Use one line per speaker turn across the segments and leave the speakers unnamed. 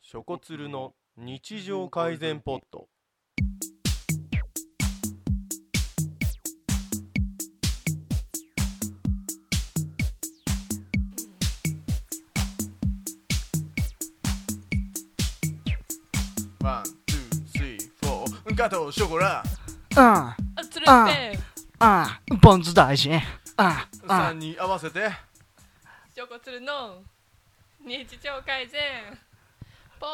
ショコツルの日常改善ポットワン、ツー、スリー、フォー加藤ショコラ
あ
あ、つれ
あ
て、
あ、ああ、ポン酢大臣。ああ、あ
さんに合わせて
ショコツルの日常改善ポ
イ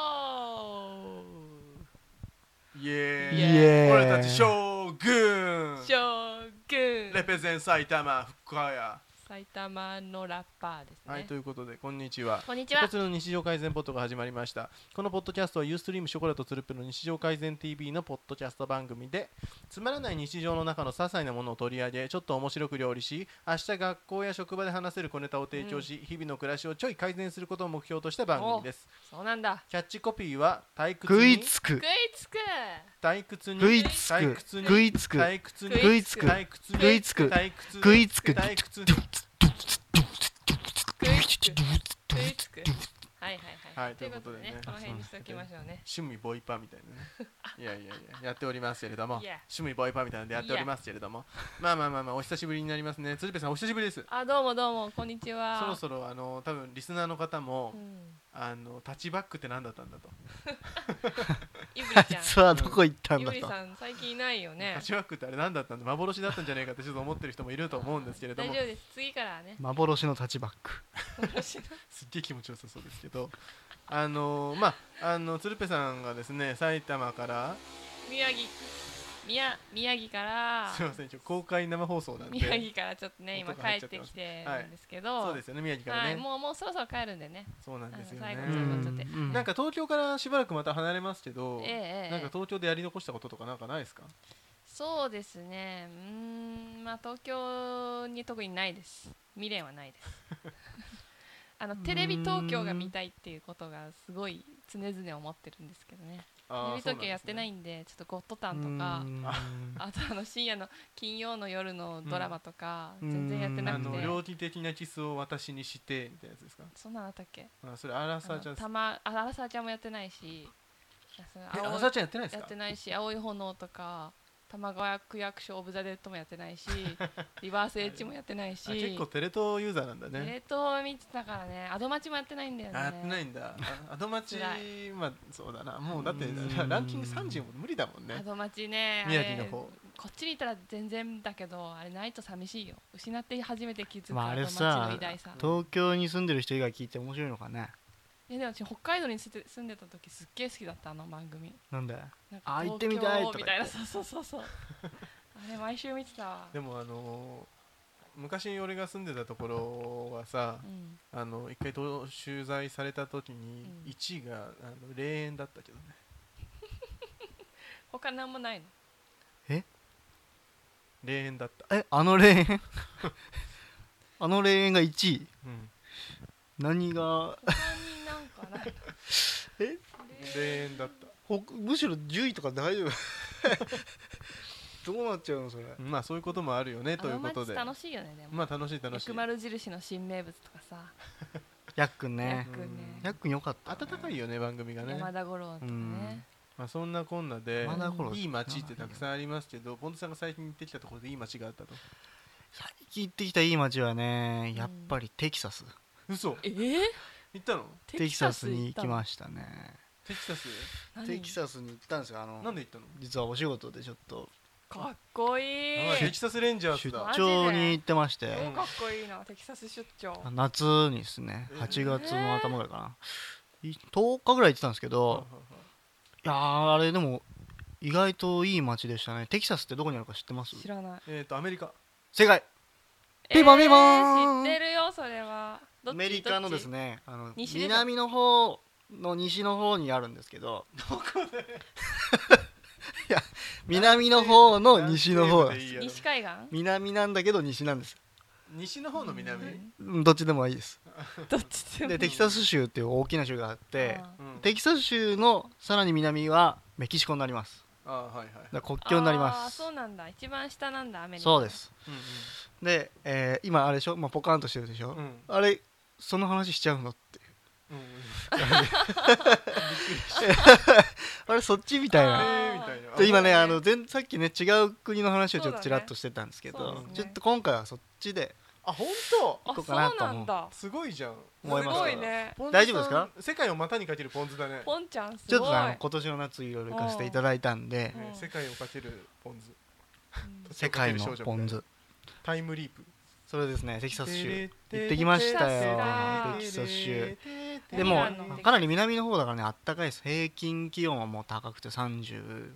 あ、
エ
イ
ーイ
エーイ。
俺たち将軍
ー将軍
レペゼン埼玉福岡屋
埼玉のラッパーですね、
はい、ということで、こんにちは。
こんにち
ショ
は
コツルの日常改善ポッドが始まりました。このポッドキャストはユーストリームショコラとツルプルの日常改善 TV のポッドキャスト番組で、つまらない日常の中の些細なものを取り上げ、ちょっと面白く料理し、明日学校や職場で話せる小ネタを提供し、日々の暮らしをちょい改善することを目標とした番組です。
そうなんだ
キャッチコピーは退屈
食い
に、
つく
食い。つく
退屈に、
食いつ
退
く。
屈に、
食いつく。
退屈に、
食いつく。
退屈に、
食いつく
退屈に
食いつく。
退屈に
食いつく食いつくはいはいはい、
はいということでね
この辺にしておきましょうね
趣味ボイパみたい なねいやいやいややっておりますけれども
Yeah
趣味ボイパみたいなのでやっておりますけれど もまあまあまあまあお久しぶりになりますね鶴瓶さんお久しぶりです
あ、どうもどうもこんにちは
そろそろあの多分リスナーの方も
うん
あのタッチバックって何だったんだと
イブリ
あ い
ちゃん
つはどこ行ったん
イ
だ
ブリ
と。
さん最近いないよ
タ
ね
ッチバックってあれ何だったんだ幻だったんじゃないかってちょっと思ってる人もいると思うんですけれど
大
も
丈夫です次から はね
幻のタッチバック。
私の
すっげえ気持ちよさそうですけどあのまああの鶴瓶さんがですね埼玉から
宮城宮宮城から
すいません今日公開生放送なんで
宮城からちょっとね今
音が入っ
帰
ちゃって
って
ます
きて
はい
るんですけど、
そうですよね宮城からね、
はいもうもうそろそろ帰るんでね
そうなんですよ
あ
ね
の
う
最後に
ん
ちょっと待って
うん
なんか東京からしばらくまた離れますけど、
ええええ
なんか東京でやり残したこととかなんかないですか
そうですねうーんまあ東京に特にないです未練はな いですあのテレビ東京が見たいっていうことがすごい常々思ってるんですけどねテレビ東京やってないいんでちょっと「ゴッドタン」とか、
うん
あとあの深夜の金曜の夜のドラマとか、
うん
全然やって
あ
なく
の
て
猟奇的なキスを私にしてみたいなやつですか
そんなのあったっけ
あそれアラ
あ
サー
の
ちゃんです
たまあアラサーちゃんもやってないしその
えア
青い
ラサーちゃんやってないです
やっ
か
てないし青い炎とか玉川区役所オブザ・デッドもやってない しリバースエッジもやってないし
あ結構テレ東ユーザーなんだね
冷凍見てたからねアドマチもやってないんだよね
あやってないんだあアドマチ
辛
まあそうだなもうだって
うん
ランキング30も無理だもん
ア
ね
ドマチねあれ
宮城の方
こっちにいたら全然だけどあれないと寂しいよ失って初めて気づく
まあ
ア
あ
ド
れ
マチ
さ
の偉大さ
東京に住んでる人以外聞いて面白いのかね。
いやでも私北海道に住んで住んでた時すっげえ好きだったあの番組
なんで
なんか
あ行ってみたい
東京
とか
みたいなそうそうそうそうあれ毎週見てたわ
でもあのー昔俺が住んでたところはさ
うん
あの一回と取材された時に
うん
1位があの霊園だったけどね
他なんもないの
霊園だった
え、あの霊園 あの霊園が1位。
うん
何が、
他になんかない の
え
霊園だった
ほむしろ10位とか大丈夫 どうなっちゃうのそれ。
まあそういうこともあるよねということで
アドマチ楽しいよねでも
まあ楽しい楽しい
薬丸印の新名物とかさ、
やっくん
や
ね。
っくんね
やっくんよかった。
暖かいよね番組がね
山田五郎とかね
まあそんなこんなで
まだ頃
いい街ってたくさんありますけどボンドさんが最近行ってきたところでいい街があったと
最近行ってきたいい街はね
ん
やっぱりテキサス、
嘘
えー、
行ったの
テキサスに行きま
し
したね
テキサス
た
テキサスに行ったんですよあ
な
の
んで行ったの
実はお仕事でちょっと
かっこいい
やばいテキサスレンジャー
出
ズ
マ
だ
ジ
張に行ってまして
超
ん
かっこいいなテキサス出張
夏にですね
えー
8月の頭ぐらいかな、い10日ぐらい行ってたんですけど、いやーあれでも意外といい街でしたねテキサスってどこにあるか知ってます
知らない
えっとアメリカ
正解ピンポンピンポン
えー、知ってるよそれはど
ア
っち
メリカのです
どっ
ねあの
西でしょ
南の方の西の方にあるんですけど いや南の方の西の方なん
南西部でい
です
い
ち
やろ
西海岸
南なんだけど西なんです
西の方の南
うん
うんどっちでもいいです
どっちでも
でテキサス州っていう大きな州があって
あ
うん
テキサス州のさらに南はメキシコになります
ああはいはい
だから国
ー
境になり
あー
ます
そうなんだ一番下なんだアメリカ
そうです
う
で、えー今あれでしょ、まあ、ポカンとしてるでしょ、
んうんうん
あれその話しちゃうのって
うんうん
あれそっちみたい
あ
な
ー
えーみたいな
で今ね
あ
あの前さっきね違う国の話をちょっとちらっとしてたんですけ
そう
だ
ど、
ね
ちょっと今回はそっちで
あ本当
あ
こう
そ
か
う
なと
な
思うん
だ
すごいじゃん
思います
ごいね
ポン酢さん
大丈夫ですか
世界を股にかけるポン酢だね
ポンちゃんす
ちょっ
ごい
とあの今年の夏いろいろ行かせていただいたんで
う
ね世界をかけるポン酢
うん
世界のポン
酢
酢
タイムリープ
それですねテキサス州
行
ってきま
したよ
テキサス州で
テキ
も
サスの
かなり南の方だからねあったかいです平均気温はもう高くて33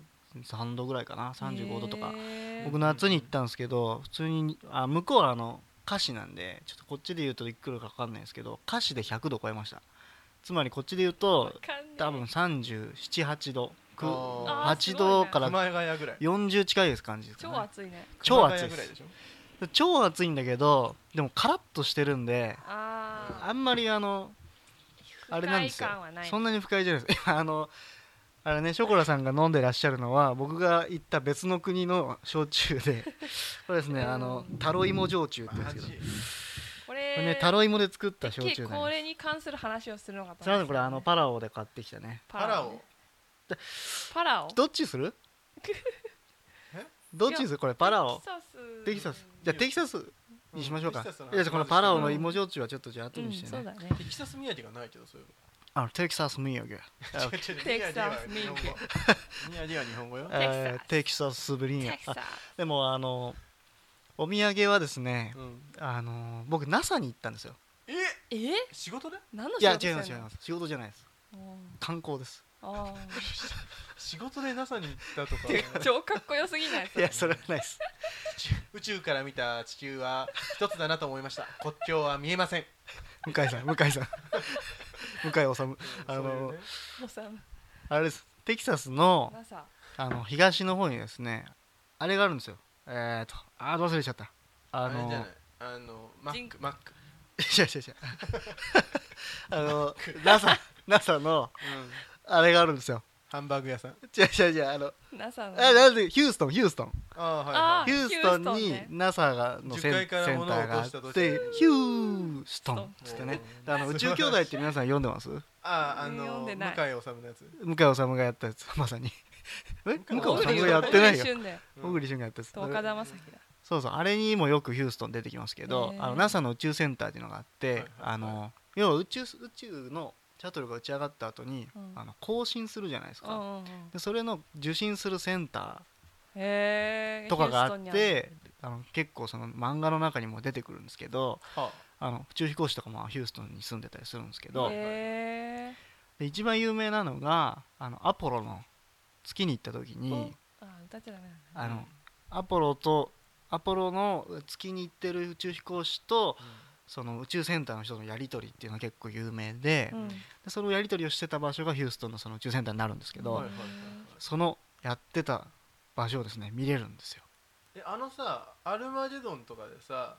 度ぐらいかな35度とか
へー
僕夏に行ったんですけど普通にあ向こうはあの歌詞なんでちょっとこっちで言うといくらかわかんないですけど歌詞で100度超えましたつまりこっちで言うと
わかんねえ
多分378度く
あ
ー
8度か
熊
ら
谷ぐらい
40近いです感じですか
超
ね、
暑いね
超暑い
熊谷
で
ぐらいですしょ
超暑いんだけどでもカラッとしてるんで
あ
あんまりあの
あ
あれなんですよ
感はない
そんなに不快じゃないです 今あのあれねショコラさんが飲んでらっしゃるのは僕が行った別の国の焼酎 でこれですねあのタロイモ焼酎って言うん
マ
です
ジ
けど
こ
こ
れ
れねタロイモで作った焼酎
結
なんで
構こ
す
れに関する話をするのかと
すいませんこれあ
思
の
って
パラオで買ってきたね
パラオ
ねパラオ
どっちする
え
どっちするこれパラオ
テキサ
テキサ
ス
スじゃあテキサスにしましょうか、
んテキサスの話
いやじゃあこのパラオの
うん
芋焼酎はちょっとじゃあ後
う
に
ん
して
そ
ね、
うだね
テキサス土産がないけどそういう
あのテキサス土
の
産
違う違う
テキサ
土
ス
産は日本語土産は日本語よ
えーテキサスブリン
テ
ガ
キサス
でもあのお土産はですね
うん
あの僕 NASA に行ったんですよ
え
え
仕事で
何の
い
仕
や
事
違います
して
違い
んの
ます仕事じゃないです観光です
あ
仕事で NASA に行ったとか
ー超かっこよすぎない
いやそれはないです
宇宙から見た地球は一つだなと思いました国境は見えません
向井さん向 井さん向井治あの
そういうね
もうさ
あれですテキサスの
なさ
あの東の方にですねあれがあるんですよえーとあーどう忘れちゃったあ
あれ
の
じゃ
い
ないあのマ
ジ
ッ
ン
クマック
やいや いやあの NASA, NASA の
うん
あれがあるんですよ
ハンバーグ屋さん
違う違う違うあの
なさ
あ
の
なんでヒューストンヒューストン
ああはい
あ
はい
ヒューストン
ヒューストン
に
ね
NASA がのセンセ
10階か
ンタ
ら物を
ー
落
が
と
あ
した
っ
として
てヒューストンっつってね
おー
であの宇宙兄弟って皆さん読んでます向
あああ
読
の
ん
向井
で
治
ない
のやつ
井治がやったやつ まさにえ向井
小
治
栗
がやってないよ
小栗旬だよ
小栗旬がやったやつ
と岡田将生だ
そうそうあれにもよくヒューストン出てきますけど、
へー
あの NASA の宇宙センターっていうのがあって、
はいはいはい
あの要は宇宙宇宙のシャトルが打ち上がった後に、
うん
あの更新するじゃないです
う
か、
んうんうん
でそれの受信するセンタ
へ
ー
え
とかがあってあの結構その漫画の中にも出てくるんですけど
は
あの宇宙飛行士とかもヒューストンに住んでたりするんですけど、
へえ
で一番有名なのがあのアポロの月に行った時に
あ歌っちゃダメなん
あ
だ
のアポロとアポロの月に行ってる宇宙飛行士とその宇宙センターの人のやり取りっていうのが結構有名で,、
うん
でそのやり取りをしてた場所がヒューストンのその宇宙センターになるんですけど、
はいはいはいはい
そのやってた場所をですね見れるんですよ。
えあのさアルマゲドンとかでさ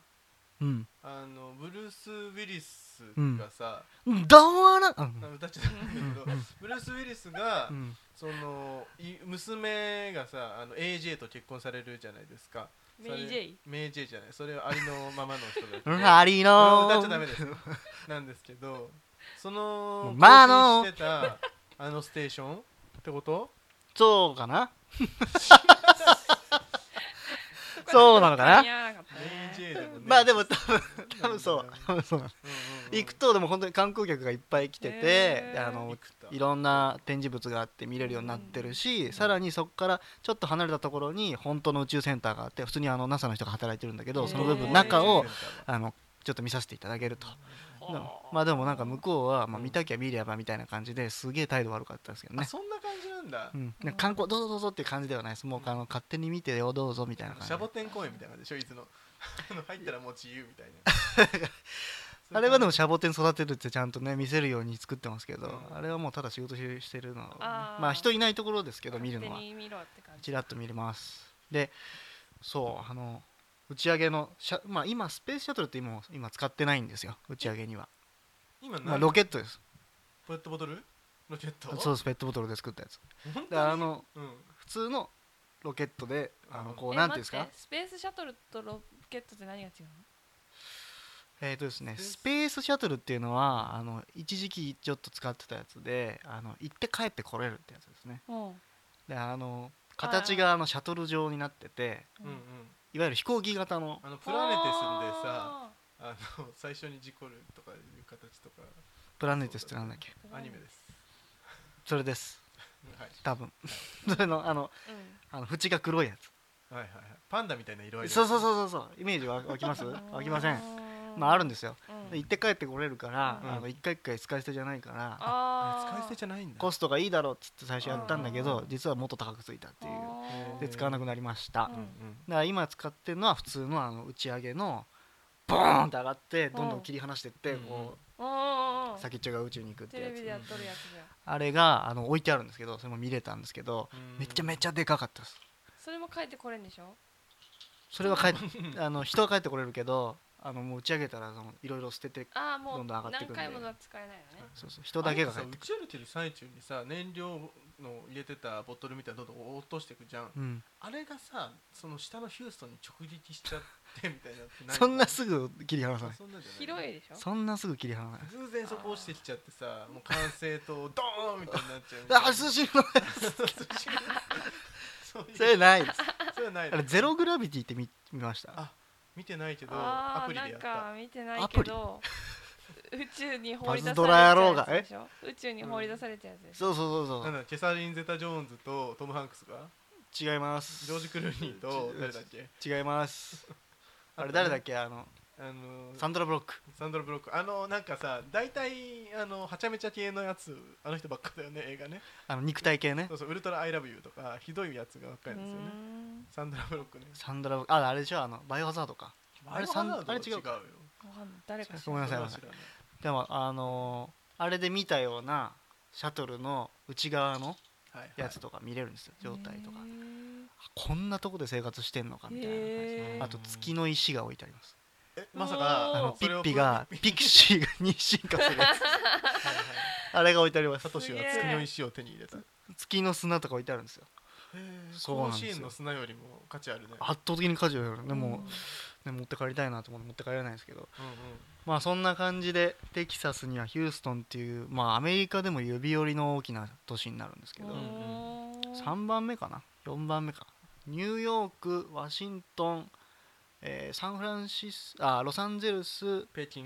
うん、
あのブルース・ウィリス
うん
がさ、
どうもな、う
なんんか歌っちゃったんだけど、
うん
ブルース・ウィリスが、
うん、
そのい娘がさあの AJ と結婚されるじゃないですか
メイジェイ
メイ・ジェイじゃないそれはありのままの人だ
うんありの
歌っちゃダメ ですよなんですけどその
まああの
更新してたあのステーションってこと
そうかなそうなのかな
似合わなかった
メイ・ジ
ね
ェイでもね
まあでも多分多分そう多分そう
うんうんうん
行くとでも本当に観光客がいっぱい来てて、
へー
あの
行くと
いろんな展示物があって見れるようになってるし、さらにそこからちょっと離れたところに本当の宇宙センターがあって普通にあの NASA の人が働いてるんだけど
へー
その部分中を
メイジェイセン
あのちょっと見させていただけると、
ほう
なまあでもなんか向こうは、まあ、見たきゃ見ればみたいな感じですげえ態度悪かったですけど
ターはあ
ね、
そんな感じなんだ
うん、なんか観光どうぞどうぞっていう感じではないですもうあの勝手に見てよどうぞみたいな
シャ
感じ
ボテン公園みたいな感じでしょいつの あの入ったらもう自由みたいな
あれはでも
も
シャボテン育てるってちゃんとね見せるように作ってますけど、
うん
あれはもうただ仕事ししてるのをね、
あー
まあ人いないところですけど見るのは
勝手に見ろって感じ
ちらっと見れますでそうあの打ち上げのシャ、まあ、今スペースシャトルって今も今使ってないんですよ打ち上げには、
今
まあ、
何
ロケットです
ペットボトルロケット
そうですペットボトルで作ったやつ
本当
で
に
あの
うん
普通のロケットであのこう
え
なんていうんですか
待ってスペースシャトルとロケットって何が違うの
えーとですね、スペースシャトルっていうのはあの一時期ちょっと使ってたやつであの行って帰ってこれるってやつですね
うん
であの形があのシャトル状になってて
うんうん
いわゆる飛行機型の
あのプラネテスでさあの最初に事故るとかいう形とか
プラネテスってなんだっけ
あー
アニメです、
それです
はい、
多分 それのあの
う
あの縁が黒いや
はいはいはいパンダみたいな色合い
つそうそう
う
そうそうそうイメージ湧湧きます
ん
湧きませんまああるんですよ
うん
で行って帰ってこれるから、
うん
あの一回一回使い捨てじゃないから
あー
使い捨てじゃないんだ
コストがいいだろうっつって最初やったんだけ
う
ど
ん
実はもっと高くついたっていう
あー
で使わなくなりまし
う
た、だ
ん
か
うん
ら今使ってるのは普通のあの打ち上げのボーンって上がってどんどん切り離してって
うん
こ
うんうんうん
う先っちょが宇宙に行くって
テ
や
レビで
つ
やっとるやつじゃん
あれがあの置いてあるんですけどそれも見れたんですけど
うん
めちゃめちゃでかかったです
それも帰ってこれんでしょ
それは帰っあの人は帰ってこれるけどあのもう打ち上げたらそのいろいろ捨てて
ああも
ど
うん
どん上がって
何
くんで
回も使えないよね
そうそう人だけが帰
あ
っ
れってて
くる
さ打ち上げてる最中にさ燃料の入れてたボトルみたいなのどんどん落としていくじゃん
うん、
あれがさその下のヒューストンに直撃しちゃってみたいなのっていの
そんなすぐ切り離さない
そんなんじゃない
広いでしょ
そんなすぐ切り離さない
偶然そこ落ちてきちゃってさもう完成とドーンみたいになっちゃうみたいな
あ寿司の
そういう
それないです
それはない
あれゼログラビティって見見ました
あ見てないけどアプ
ああ
リ
な
で
ん
やっ
か
た
見てないけど宇宙に放
パズ
り出されち
ドラ
ゃ
野
う
郎
や
が
つでしょ宇宙に放り出されちゃうやつでし
そ
ょ
うそうそう
なんだケサリン・ゼタ・ジョーンズとトム・ハンクスが
そう違います
ジョージ・クルーニーと誰だっけ
違いますあれ誰だっけあの
あの
サンドラブロック
サンドラ・ブロックあのなんかさ大体あのはちゃめちゃ系のやつあの人ばっかだよね映画ね
あの肉体系ね
そうそうウルトラ・アイ・ラブ・ユーとかひどいやつがばっかりですよね
うーん
サンドラ・ブロックね
サンドラブロックああれでしょあのバイオハザードかあ
バイ
れ
オハザード
サンあれ違う
は違うよ
わかんない誰か知
ごめんなさいごめんなさ
それは知らない
でもあのーあれで見たようなシャトルの内側の
はいはい
やつとか見れるんですよ状態とか
へー
こんなとこで生活してんのかみたいな感じ
へー
あと月の石が置いてあります
えまさ
おー
か
あの
そ
ピ
れを
ッピがピクシーが 妊娠化するやつ
はいはい
あれが置いてあります
サトシは
すげえ
月の石を手に入れた
月の砂とか置いてあるんですよそうなんですよ
甲子園の砂よりも価値あるね
圧倒的に家事をやるでも、ね、持って帰りたいなと思って持って帰れないんですけど
うんうん
まあそんな感じでテキサスにはヒューストンっていうまあアメリカでも指折りの大きな都市になるんですけど、
う
うん
3番目かな4番目かニューヨークワシントン、えーサンフランシスあロサンゼルス
北京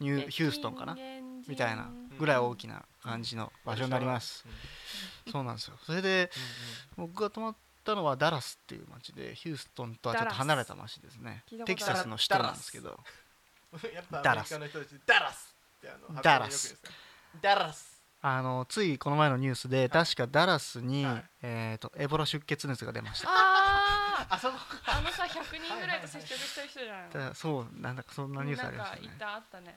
ニューヒューストンかなみたいなぐらい大きな感じの場所になります、
うんうん
そうなんですよそれで僕が泊まったのはダラスっていう街でヒューストンとはちょっと離れた街ですね
ダラス
テキサスの首都なんですけど
うんやっぱアメリカの人たちダラスってあの
ダラス
ダラス
あのついこの前のニュースで確かダラスに、
はい
えー、とエボラ出血熱が出ました
あ
あそこ
ーあのさ100人ぐらいと接触してる人じゃないの
だからそうなんだかそんなニュースありましたね
なんかいたあったね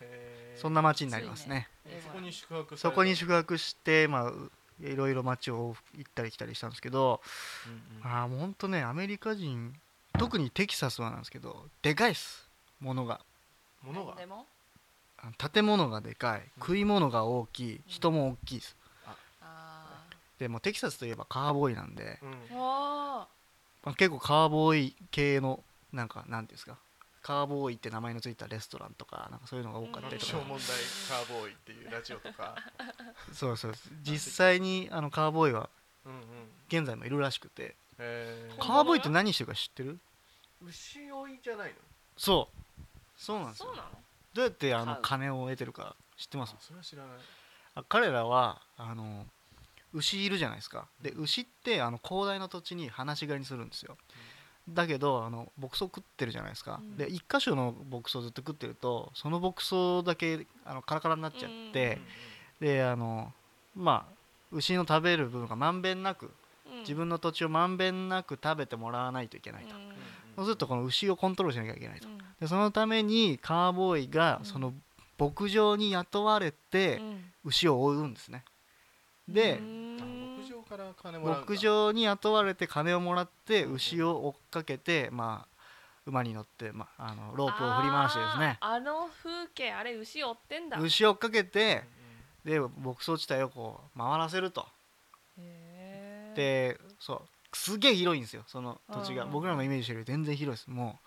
へー
そんな街になりますね
そこに宿泊さ
そ
れた
こに宿泊して、まあう、いろいろ街を行ったり来たりしたんですけど、
うんうん
ああもう本当ねアメリカ人特にテキサスはなんですけどでかいっすものが
ものが
でも
あの建物がでかい食い物が大きい人も大きいです
あ
でもうテキサスといえばカーボーイなんで、
うん
ーおー
まあ、結構カーボーイ系のなんかなんていうんですかカーボーイって名前の付いたレストランとかなんかそういうのが多かったり
爆
と
笑
か、
問題カーボーイっていうラジオと か
そうそうです実際にあのカーボーイは
うんうん
現在もいるらしくて
へー
か
カーボーイって何してるか知ってる
牛追いじゃないの
そうそうなんです
そ
よ
うなの
どうやってあ
買
の
う
金を得てるか知ってます
あそれは知らない
あ彼らはあの牛いるじゃないですかで牛ってあの広大な土地に放し飼いにするんですよだけどあの牧草食ってるじゃないですか、
うん
で一箇所の牧草ずっと食ってるとその牧草だけあのカラカラになっちゃって、であのまあ牛の食べる分がまんべんなく自分の土地をまんべんなく食べてもらわないといけないと、
うん
そうするとこの牛をコントロールしなきゃいけないと
うん
でそのためにカーボーイが
うん
その牧場に雇われて
うん
牛を追うんですねで
う、ん
あ牧場から金もらうんだ
牧場に雇われて金をもらって牛を追っかけて、まあ、馬に乗って、まあ、あのロープを振り回してですね
あーあの風景あれ牛追ってんだ
牛を追っかけて
う
で牧草地帯をこう回らせると
へー
でそうすげえ広いんですよその土地が
うん
僕らのイメージしてるより全然広いですも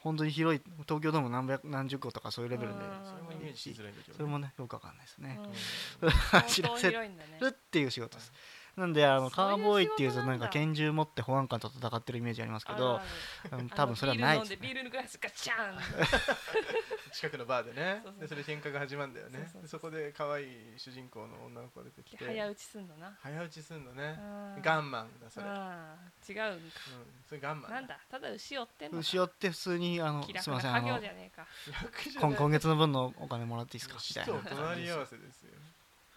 本当に広い東京ドーム何百何十個とかそういうレベルで
うん
それもイメージしづらいんだけ
それ
どね、
もねよくわかんないですね。
うん
知
相
ら
当
せる
広いんだね。
っていう仕事です。なんであの
そうい
カ
う
ーボーイっていう
仕
と
事な
なんん
だ
か拳銃持って保安官と戦ってるイメージありますけど
あるある、
うん多分それはないで
あの
す、ね。
ビール飲んでビールのグラスガチャン。
近くのバーでね
そうそう
でそれ喧嘩が始まるんだよね
そうそうそう
でそこで可愛い主人公の女の子が出て きて
早打ちすんのな。
早打ちすんのね
うん
ガンマンだそれ、うん、
あー違うんか。
それガンマン
なんだ。ただ牛追ってんのか。
後ろって普通にあの
気楽
すみません
な
あ
家業
の
じゃねえか。
楽じゃない
今今月の分のお金もらっていいですかみたい
牛と隣り合
な
わせですよ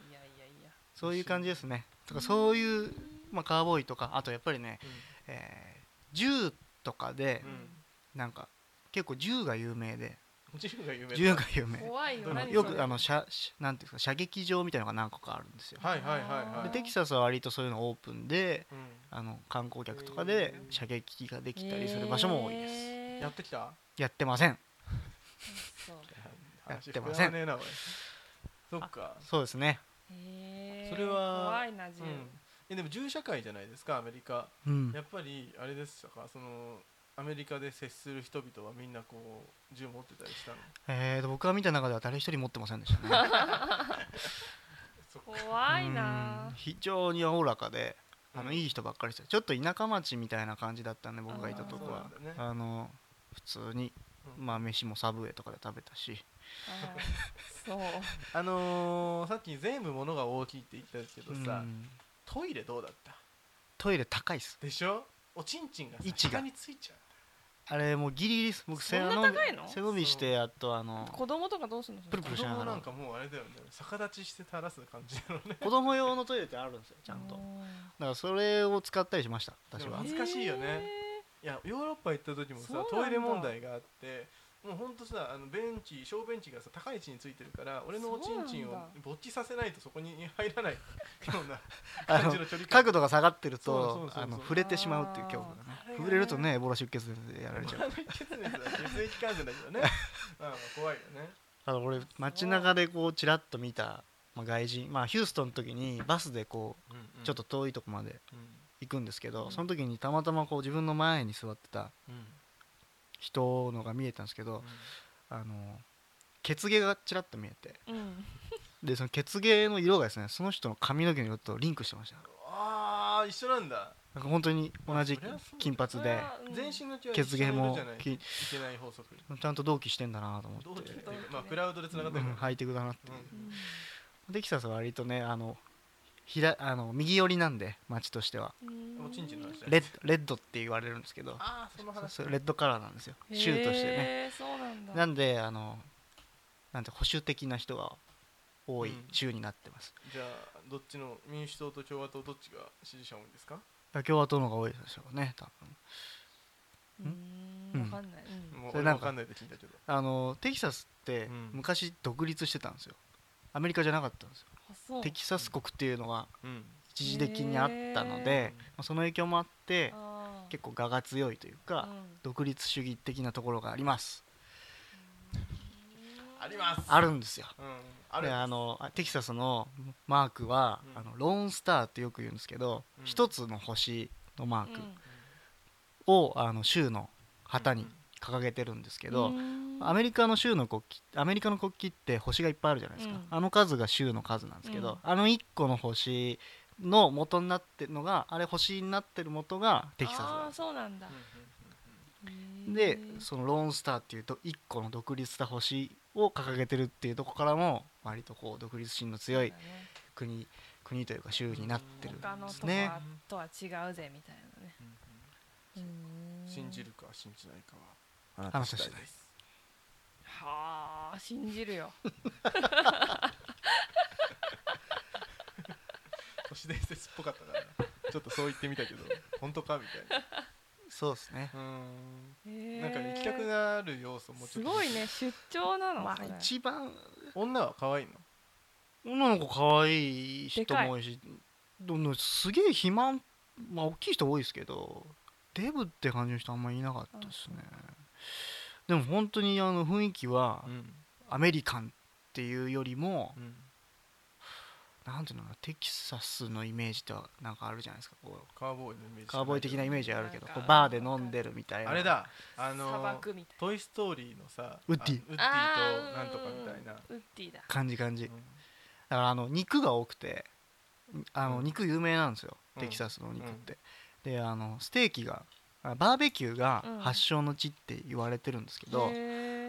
いやいやいや。
そういう感じですね。とかそういうまあカーボーイとかあとやっぱりね、えー銃とかで
うん
なんか結構銃が有名で
うん銃が有名だ
銃が有名。
怖いよ。
うん
何それ
よくあの射射なんていうんですか射撃場みたいなのが何個かあるんですよ。
はいはいはいはい
で
あー
テキサスは割とそういうのオープンで
う
あの観光客とかで
へー
射撃ができたりする場所も多いです、
へ
ん
ー
やってきた
やってません
そう
やってませ
話膨ら
ん
ねえなおいそっか
そうですね
へー
それは
怖いな銃
うんえでも銃社会じゃないですかアメリカ
うん
やっぱりあれでしたかそのアメリカで接する人々はみんなこう銃持ってたりしたの
えー、と僕が見た中では誰一人持ってませんでしたね
怖い
うん
な
非常におおらかであ
う
の
ん
いい人ばっかりでしたちょっと田舎町みたいな感じだったんで僕がいたとこ
あー
は
そうなんだ
あの普通に
うん
まあ飯もサブウェイとかで食べたし
あーそう
あのーさっき全部物が大きいって言ったんですけどさ、
うん
トイレどうだった
トイレ高いっす
でしょおちんちんがさ
位置が
床についちゃう
あれもうギリギリです僕
そんな
伸び
高いの
背伸びしてあとあの
子供とかどうするの
プルプ
子
ルしな
供
が
なん
ら
かもうあれだよね逆立ちして垂らす感じなの ね
子供用のトイレってあるんですよち
ち
ゃんとだからそれを使ったりしました私は
でも懐かしいよねいやヨーロッパ行った時も
そう
さ
なんだ
トイレ問題があってもうほんとさあのベンチ小ベンチがさ高い位置についてるから俺のおちんちん
そ
を
うなんだ
勃起させないとそこに入 らないような
あ
感
の
じの距離感
角度が下がってる
そうそうそう
と
そう
あの触れてしまうっていう恐怖がね
あー
触れるとねエボラ出血でやられちゃう
あの血熱は血液感染だけ どねまあまあ怖いよね
あの俺街中でこうちらっと見た、まあ、外人まあヒューストンの時にバスでこうちょっと遠いとこまで行くんですけ
う
ど
ん
その時にたまたまこう自分の前に座ってた
うんうん
人のが見えたんですけ
うん
どあの血毛がちらっと見えて
うん
でその血毛の色がですねその人の髪の毛の色とリンクしてました
あー一緒なんだ
なんか本当に同じ
そりゃそうだ
金髪で
うん
全身の血は
血芸も
一緒にいるじゃない
き
いけない法則
ちゃんと同期してんだなと思
どう
っ
だってていう
同期ね
まあクラウドでつながって
う
る
ん
から
ハイテクだなっていううん
うん
テキサスは割とねあのひらあの右寄りなんで街としては
うん
おちんちんの話だ
レッレッドって言われるんですけど
ああその
そう
話
そうレッドカラーなんですよ州としてね
へーそうなんだ
なんであのなんて保守的な人が多い
うん
州になってます、
じゃあどっちの民主党と共和党どっちが支持者多いんですか
共和党の方が多いでしょうね多分
うん
うん
わかんないうん
もう俺
それ
も
な
わ
んか
かんないで聞いたけど
あのテキサスって
うん
昔独立してたんですよアメリカじゃなかったんですよ、
あそう
テキサス国っていうのが
うん
一時的にあったので、まあその影響もあって
あー
結構我が強いというか、
うん
独立主義的なところがあります
あります
あるんですよ
うんある
であのあテキサスのマークは、
うん
あのローンスターってよく言うんですけど
うん
一、つの星のマー
う
ク
ん
を、あの州の旗に掲げてるんですけど、
うん
アメリカの州の国旗アメリカの国旗って星がいっぱいあるじゃないですか、
うん
あの数が州の数なんですけど、
うん
あの1個の星の元になってるのがあれ星になってる元がテキサスなんで
あー
す
そうなんだ
うんうん
で
へー
そのローンスターっていうと1個の独立した星を掲げてるっていうとこからも割とこう独立心の強い国国というか州になってるん
他の
で
と
す
こ
ね
はとは違うぜみたいなね
うんうん
うーん
信じるか信じないかは
あなた次第
す
はあ信じるよ
都市伝説っぽかったからなちょっとそう言ってみたけど本当かみたい
そうですね
なうんな
な
んか行きたくなる要素もち
す
ょっと
ごいね出張なの
ま
それ
あ一番
女は可愛いの
女の子可愛い人も多いしどんどんすげえ肥満まあ大きい人多いですけどデブって感じの人あんまりいなかったですねでも本当にあの雰囲気は
うん
アメリカンっていうよりも
うん
なんていうのかなテキサスのイメージってなんかあるじゃないですかこう
カーボーイのイメージ
カーボーイ的なイメージあるけど
なん
こ
か
うバーで飲んでるみたいな
あれだあ
砂
の
漠みたい
トイ・ストーリーのさ
ウッディ
あウッデ
な
ィ
あ
と
ー
なんとかみたいな、
うんウッディだ
感じ感じ
う
だ
ん
からあの肉が多くてあの
うん
肉有名なんですよ
うん
テキサスのお肉ってであのステーキがあバーベキューが
うん
発祥の地って言われてるんですけど
へ、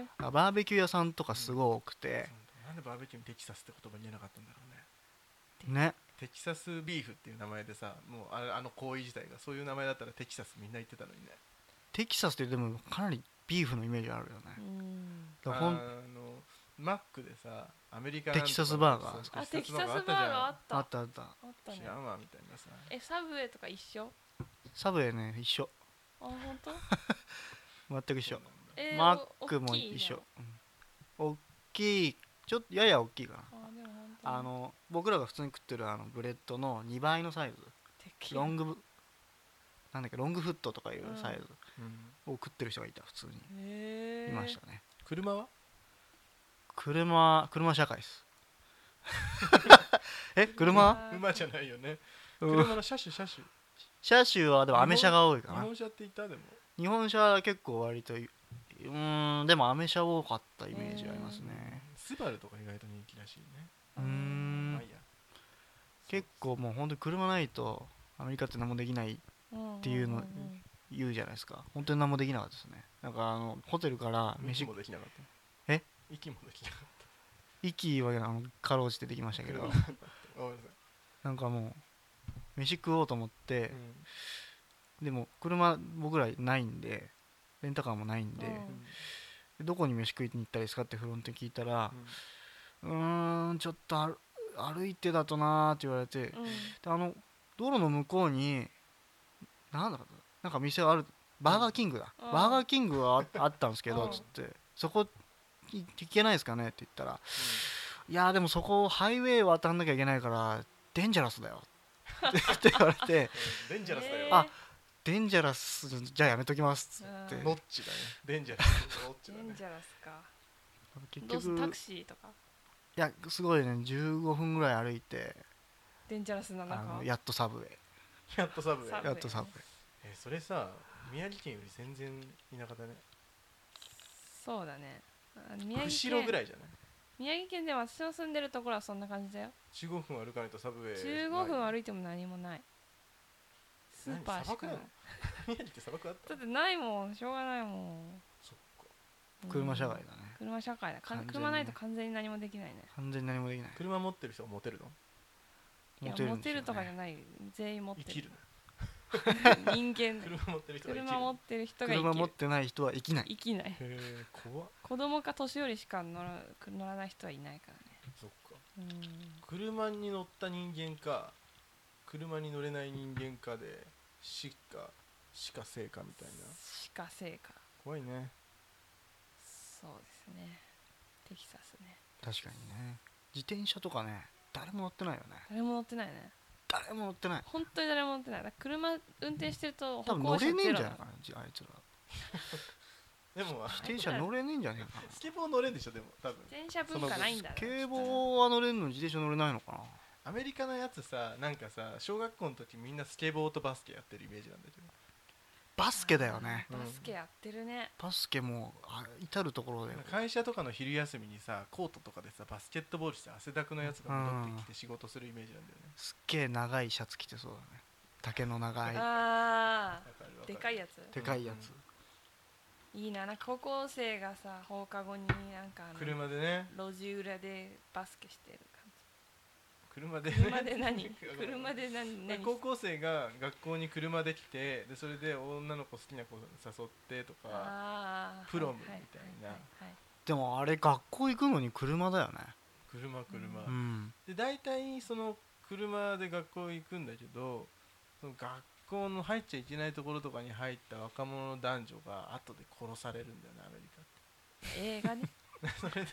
ー
あバーベキュー屋さんとかすごい多くて
なんでバーベキューにテキサスって言葉に言えなかったんだろうね
ね
テキサスビーフっていう名前でさもうあれあの行為自体がそういう名前だったらテキサスみんな言ってたのにね
テキサスってでもかなりビーフのイメージあるよね
うん
だから
あ
ほん
のマックでさアメリカなんとか
テキサスバーガー
そう
あテキサスバー
じゃん
ガーあった
あ
あ
ったあった
ったね
知らんわみたいなさ
えサブウェイとか一緒
サブウェイね一緒
あ本当
全く一緒
えー
マ
お
ックも
大きい
一緒
ね
うん大きいちょっとやや大きいかな
あでも本当に
あの僕らが普通に食ってるあのブレッドの2倍のサイ
敵
ズロングブなんだっけロングフットとかいうサイズ
うん
を食ってる人がいた普通に
へ
い
ー
ましたね
車は
車車社会です え車
馬じゃないよね
うん
車の車種車種
車種はでもアメ車が多いか
日
な
本車って言ったでも
日本車は結構割というーんでもアメ車多かったイメージありますね
スバルとか意外と人気らしいね
うー
ま
ん
あいいや
結構もう本当に車ないとアメリカって何もできない
って
いうの言うじゃないですか本当に何もできなかったですねなんかあのホテルから
飯
飯
もできなかった
え
息もできなかっ
息はあのかろうじてできました
た
けど
車だったごめんなさ
なんかもう飯食おうと思って
い、
でも車僕らないんでレンタカーもないんで、
うん
うん
どこに飯食いに行ったらいいですかってフロントに聞いたら、うーんちょっと歩歩いてだとなーって言われて、であの道路の向こうになんだろうなんか店があるバーガーキングだ、
うん
バーガーキングはああったんですけど、
うん
つってそこい行けないですかねって言ったらいやーでもそこをハイウェイ渡んなきゃいけないからデンジャラスだよって 言われて
デンジャラスだよ、
へ
ーあデンジャラスじゃあやめときますっつっ
う
て
ん
ノッチだねデンジャラスノッチ
デ
だ
ン
ね
ジャラスか
結
どうすタ
局
クシーとか
いやすごいね15分ぐらい歩いて
デンジャラスな
あ
中
のやっとサブウェイ
やっとサブウ
サ
ェ
ブ
イ
ウェイ
やっとサブウェイ
えそれさ宮城県より全然田舎だね
そうだねあ宮城
釧路
県
ぐらいじゃない
宮城県でも私の住んでるところはそんな感じだよ
15分歩かないとサブウェイ
15分
い
歩いても何もないスーパーしかない
何砂漠なの宮城って砂漠あった
だってないもんしょうがないもん
そっか
うん
車社会だね
車社会だか
完全にね
車ないと完全に何もできないね
完全に何もできない
車持ってる人はモテるの
いや
モテる
モ
んです
テ
よね
るとかじゃない全員持って
生きる
る人間だよ
車持ってる人は生きる
車持ってる人
車
が生き
持っ
る
てない人は生きない
生きない
へえ怖っ
子供か年寄りしか乗ら乗らない人はいないから
そっか
ね
車に乗った人間か車に乗れない人間かで死か死か生かみたいな
しかせか
怖いね
そうですねテキサスね
確かにね自転車とかね誰も乗ってないよね
誰も乗ってないね
誰も乗ってない
本当に誰も乗ってないだから車運転してると
多
歩
分
行
乗
者ゼ
れ
ロ
ねえんじ
だ
ゃないかなじあいつ
で
ら
もあ
自転車乗れねえんじゃねえかな
スケボー乗れんでしょでも多分
自転車文化ないんだな
警棒は乗れんのに自転車乗れないのかな
アメリカのやつさなんかさ小学校の時みんなスケボーとバスケやってるイメージなんだけど
バスケだよね
バスケやってるね
バスケもうあ至る所で
会社とかの昼休みにさコートとかでさバスケットボールして汗だくのやつが戻ってきて仕事するイメージなんだよね
すっげえ長いシャツ着てそうだね竹の長い
わか
あ
るわか
あ
る
でかいやつ
でかいやつ、
いいななんか高校生がさ放課後になんかあの
車でね
路地裏でバスケしてる感
車で
じ
ね
車で何車
で
で何何
高校生が学校に車で来てでそれで女の子好きな子誘ってとか
あー
プロム
はいはい
みたいな
はいはい
でもあれ学校行くのに車だよね
車車、
うん
で大体その車で学校行くんだけどその学校の入っちゃいけないところとかに入った若者の男女が後で殺されるんだよねアメリカって
映画 ね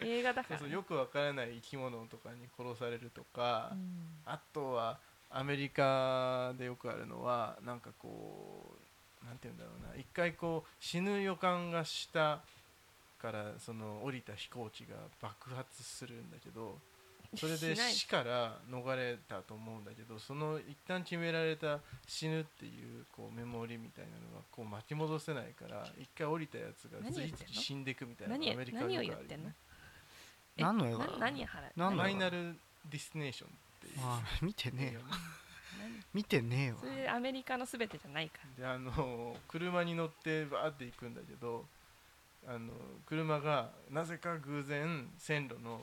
映画だか
そう
ら
そうよくわからない生き物とかに殺されるとか、
うん
あとはアメリカでよくあるのはなんかこうなんて言うんだろうな一回こう死ぬ予感がしたからその降りた飛行機が爆発するんだけどそれで
しない
死から逃れたと思うんだけどその一旦決められた死ぬっていうこうメモリみたいなのがこう巻き戻せないから一回降りたやつが
何言っ
次
てんの
々死んでいくみたいな
何
アメリカの
何を
よく
言っ
ある
て
よ
んの
ね
何の
え
映画
な何払う
何
フ
の
ァ
映
イ
画
ナルディスティネーションっていう
あー見てねえ
映
よ
画
何
見てね
そ
えわ
れアメリカのすべてじゃないか
であの車に乗ってバーって行くんだけどあの車がなぜか偶然線路の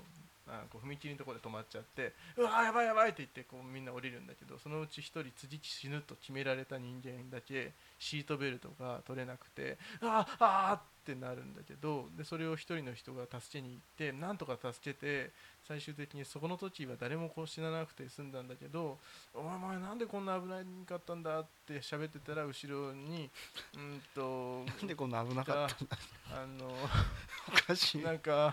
あこう踏切のところで止まっちゃって「うわやばいやばい!」って言ってこうみんな降りるんだけどそのうち一人次死ぬと決められた人間だけシートベルトが取れなくて「あーあー!」ってなるんだけどでそれを一人の人が助けに行ってなんとか助けて最終的にそこの時は誰もこう死ななくて済んだんだけどお前なんでこんな危ないかったんだって喋ってたら後ろにうんと
なんでこんな危なかったんだ
あの
おかしい
なんか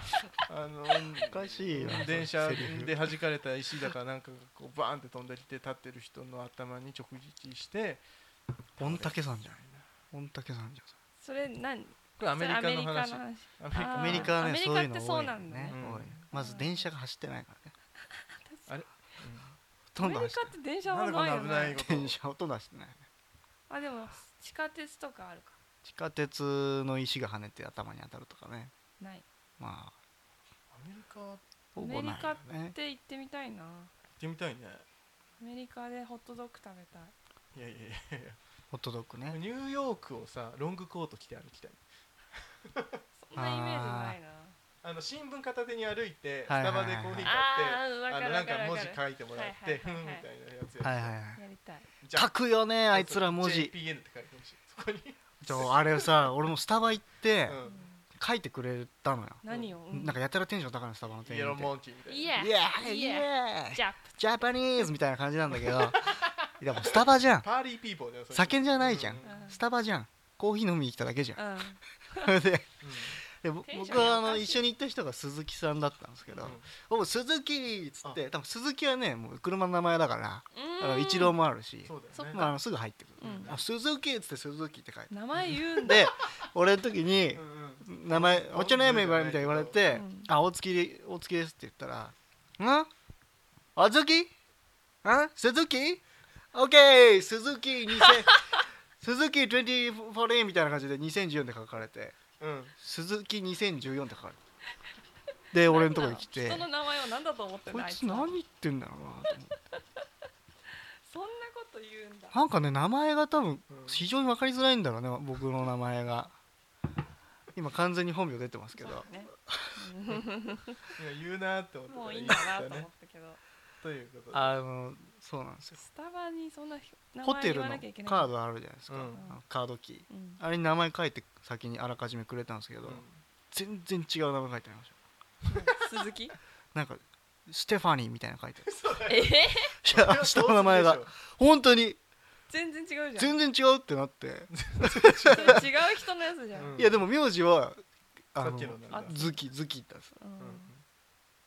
あの
おかしいよ
電車
セリフ
で弾かれた石だかなんかがこうバーンって飛んできて立ってる人の頭に直撃して
御嶽山じゃん御嶽山じゃん
それ何
これアメリカの話
それア
アメ
メリカの話
リカ
あー
アメリカはね
アメリ
そう
カ
い
っ
うの
て
多い
そう
よ
なんだね
多い
うん
まず電車が走ってないからね
あれ
ほとん
ア
ど
メリ
走
カ
っ
って電車
な
は
んでこん
ない
な
よ
危ない
ね
こ
てない
と
電車ほとんど走ってないね
あでも地下鉄とかあるか
地下鉄の石が跳ねて頭に当たるとかね
ない
まあ
アメリカ行っ
ほぼないよ
アメ
ね
で行ってみたいな
てみたいね
アメリカでホットドッグ食べたい
いやいやいやい
ホットドッグ
や
ね
ニューヨークをさロングコート着て歩きたい
そんなイメージないな
あの新聞片手に歩いてス
はい
タ
はいは
バ
い
でコーヒー買って
あーうんわか
あ
る
の
わ
なん
か
か
る
文
わ
字
かる
書いてもらってふ
は
ん
いは
み
いは
たいなやつや
いはい
はいはいはい
やりたい
じゃ
書くよねあいつら文字
JPN って書いてほしいそこに
ちょあれさ俺もスタバ行って
うん
書いてくれたのよ
何をうん
なんかやたらテンション高いのスタバの店
イエ
員
ロ
っ
ー
て
モンキーみたいな。
いや
イエーイイ
イ
エ
エ
ーイ
ジャップ
ジャパニーズみたいな感じなんだけどいやもうスタバじゃん
パーリーピーポーだよ。それ
酒じゃないじゃん
う
うん
スタバじゃんコーヒー飲みに来ただけじゃん
うん
それ で
う
でぼ
テンション
僕はあ
お
の
かしい
一緒に行った人が鈴木さんだったんですけ
ん
ど「おう鈴木!」っつって多分鈴木はねもう車の名前だからあの
うん
一郎もあるし
そうだよね。
まああのすぐ入ってくる
うん
あ「鈴木!」っつって「鈴木」って書いて
名前言うんだ
で俺の時に
うんうん
「名前おっちょねめば」みたいに言われて
うん
「あ大月で大月です」って言ったら「んあずきん鈴木オッケー鈴木2000 鈴木2014みたいな感じで2014で書かれて
うん。
鈴木2014って書かれてで俺のとこに来て
人の名前を何だと思ってん
こ
だ
い
あ
つ何言ってんだろうなと思って
そんなこと言うんだ
なんかね名前が多分
うん
非常に分かりづらいんだろうね僕の名前が今完全に本名出てますけど
そうね
今言うなって思ってた。
もういいんだなと思
ね
っ。たけど
ということで。
あのそうなんですよ
スタバにそんな名
ホ
前
テ
言
ル
わ
の
なきゃいけない
カードあるじゃないですか、
うん
あのカードキー
うん
あれに名前書いて先にあらかじめくれたんですけど、
うん
全然違う名前書いてありました
鈴木
なんかステファニーみたいなの書いて
えー
あ るいや下の名前が。本当に
全然違うじゃん
全然違うってなって、
それ違う人のやつじゃん、
うん
いやでも名字はあ
さっ
の
きのなんだ
ズキズキだったんです
うん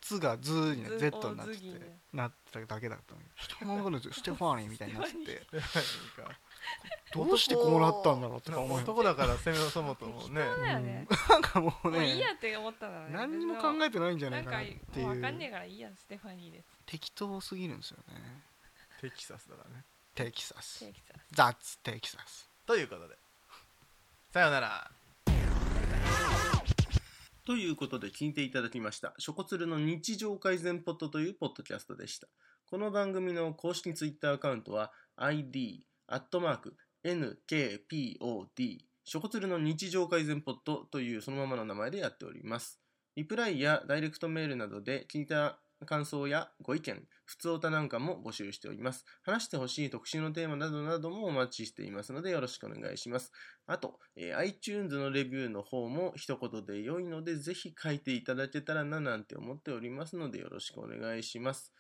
つがズーにな
ズ
Z になって
おズギ
て
ね
なってただけだったのに下の名前のステファニーみたいになってて
うん。なんか
どうしてこうなったんだろうと か思い
男だからせめそもそ もね。
そうだよね、
なんかもう
もういい
ね
やって思ったのね
何にも考えてないんじ
て
ゃないかなっ
ん
て
かもう分かんね
い
え
う
からいいやステファニーです
適当すぎるんですよね
テキサスだからね。
テキサス
シェイキさん
ザッツテキサス
ということで。さよなら。ということで聞いていただきました「ショコツルの日常改善ポット」というポッドキャストでしたこの番組の公式ツイッターアカウントは ID アットマーク NKPOD ショコツルの日常改善ポットというそのままの名前でやっておりますリプライやダイレクトメールなどで聞いた感想やご意見、普通歌なんかも募集しております。話してほしい特集のテーマなどなどもお待ちしていますのでよろしくお願いします。あと、えー iTunes のレビューの方も一言で良いので、ぜひ書いていただけたらななんて思っておりますので、よろしくお願いします。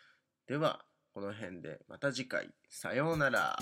では、この辺でまた次回、さようなら。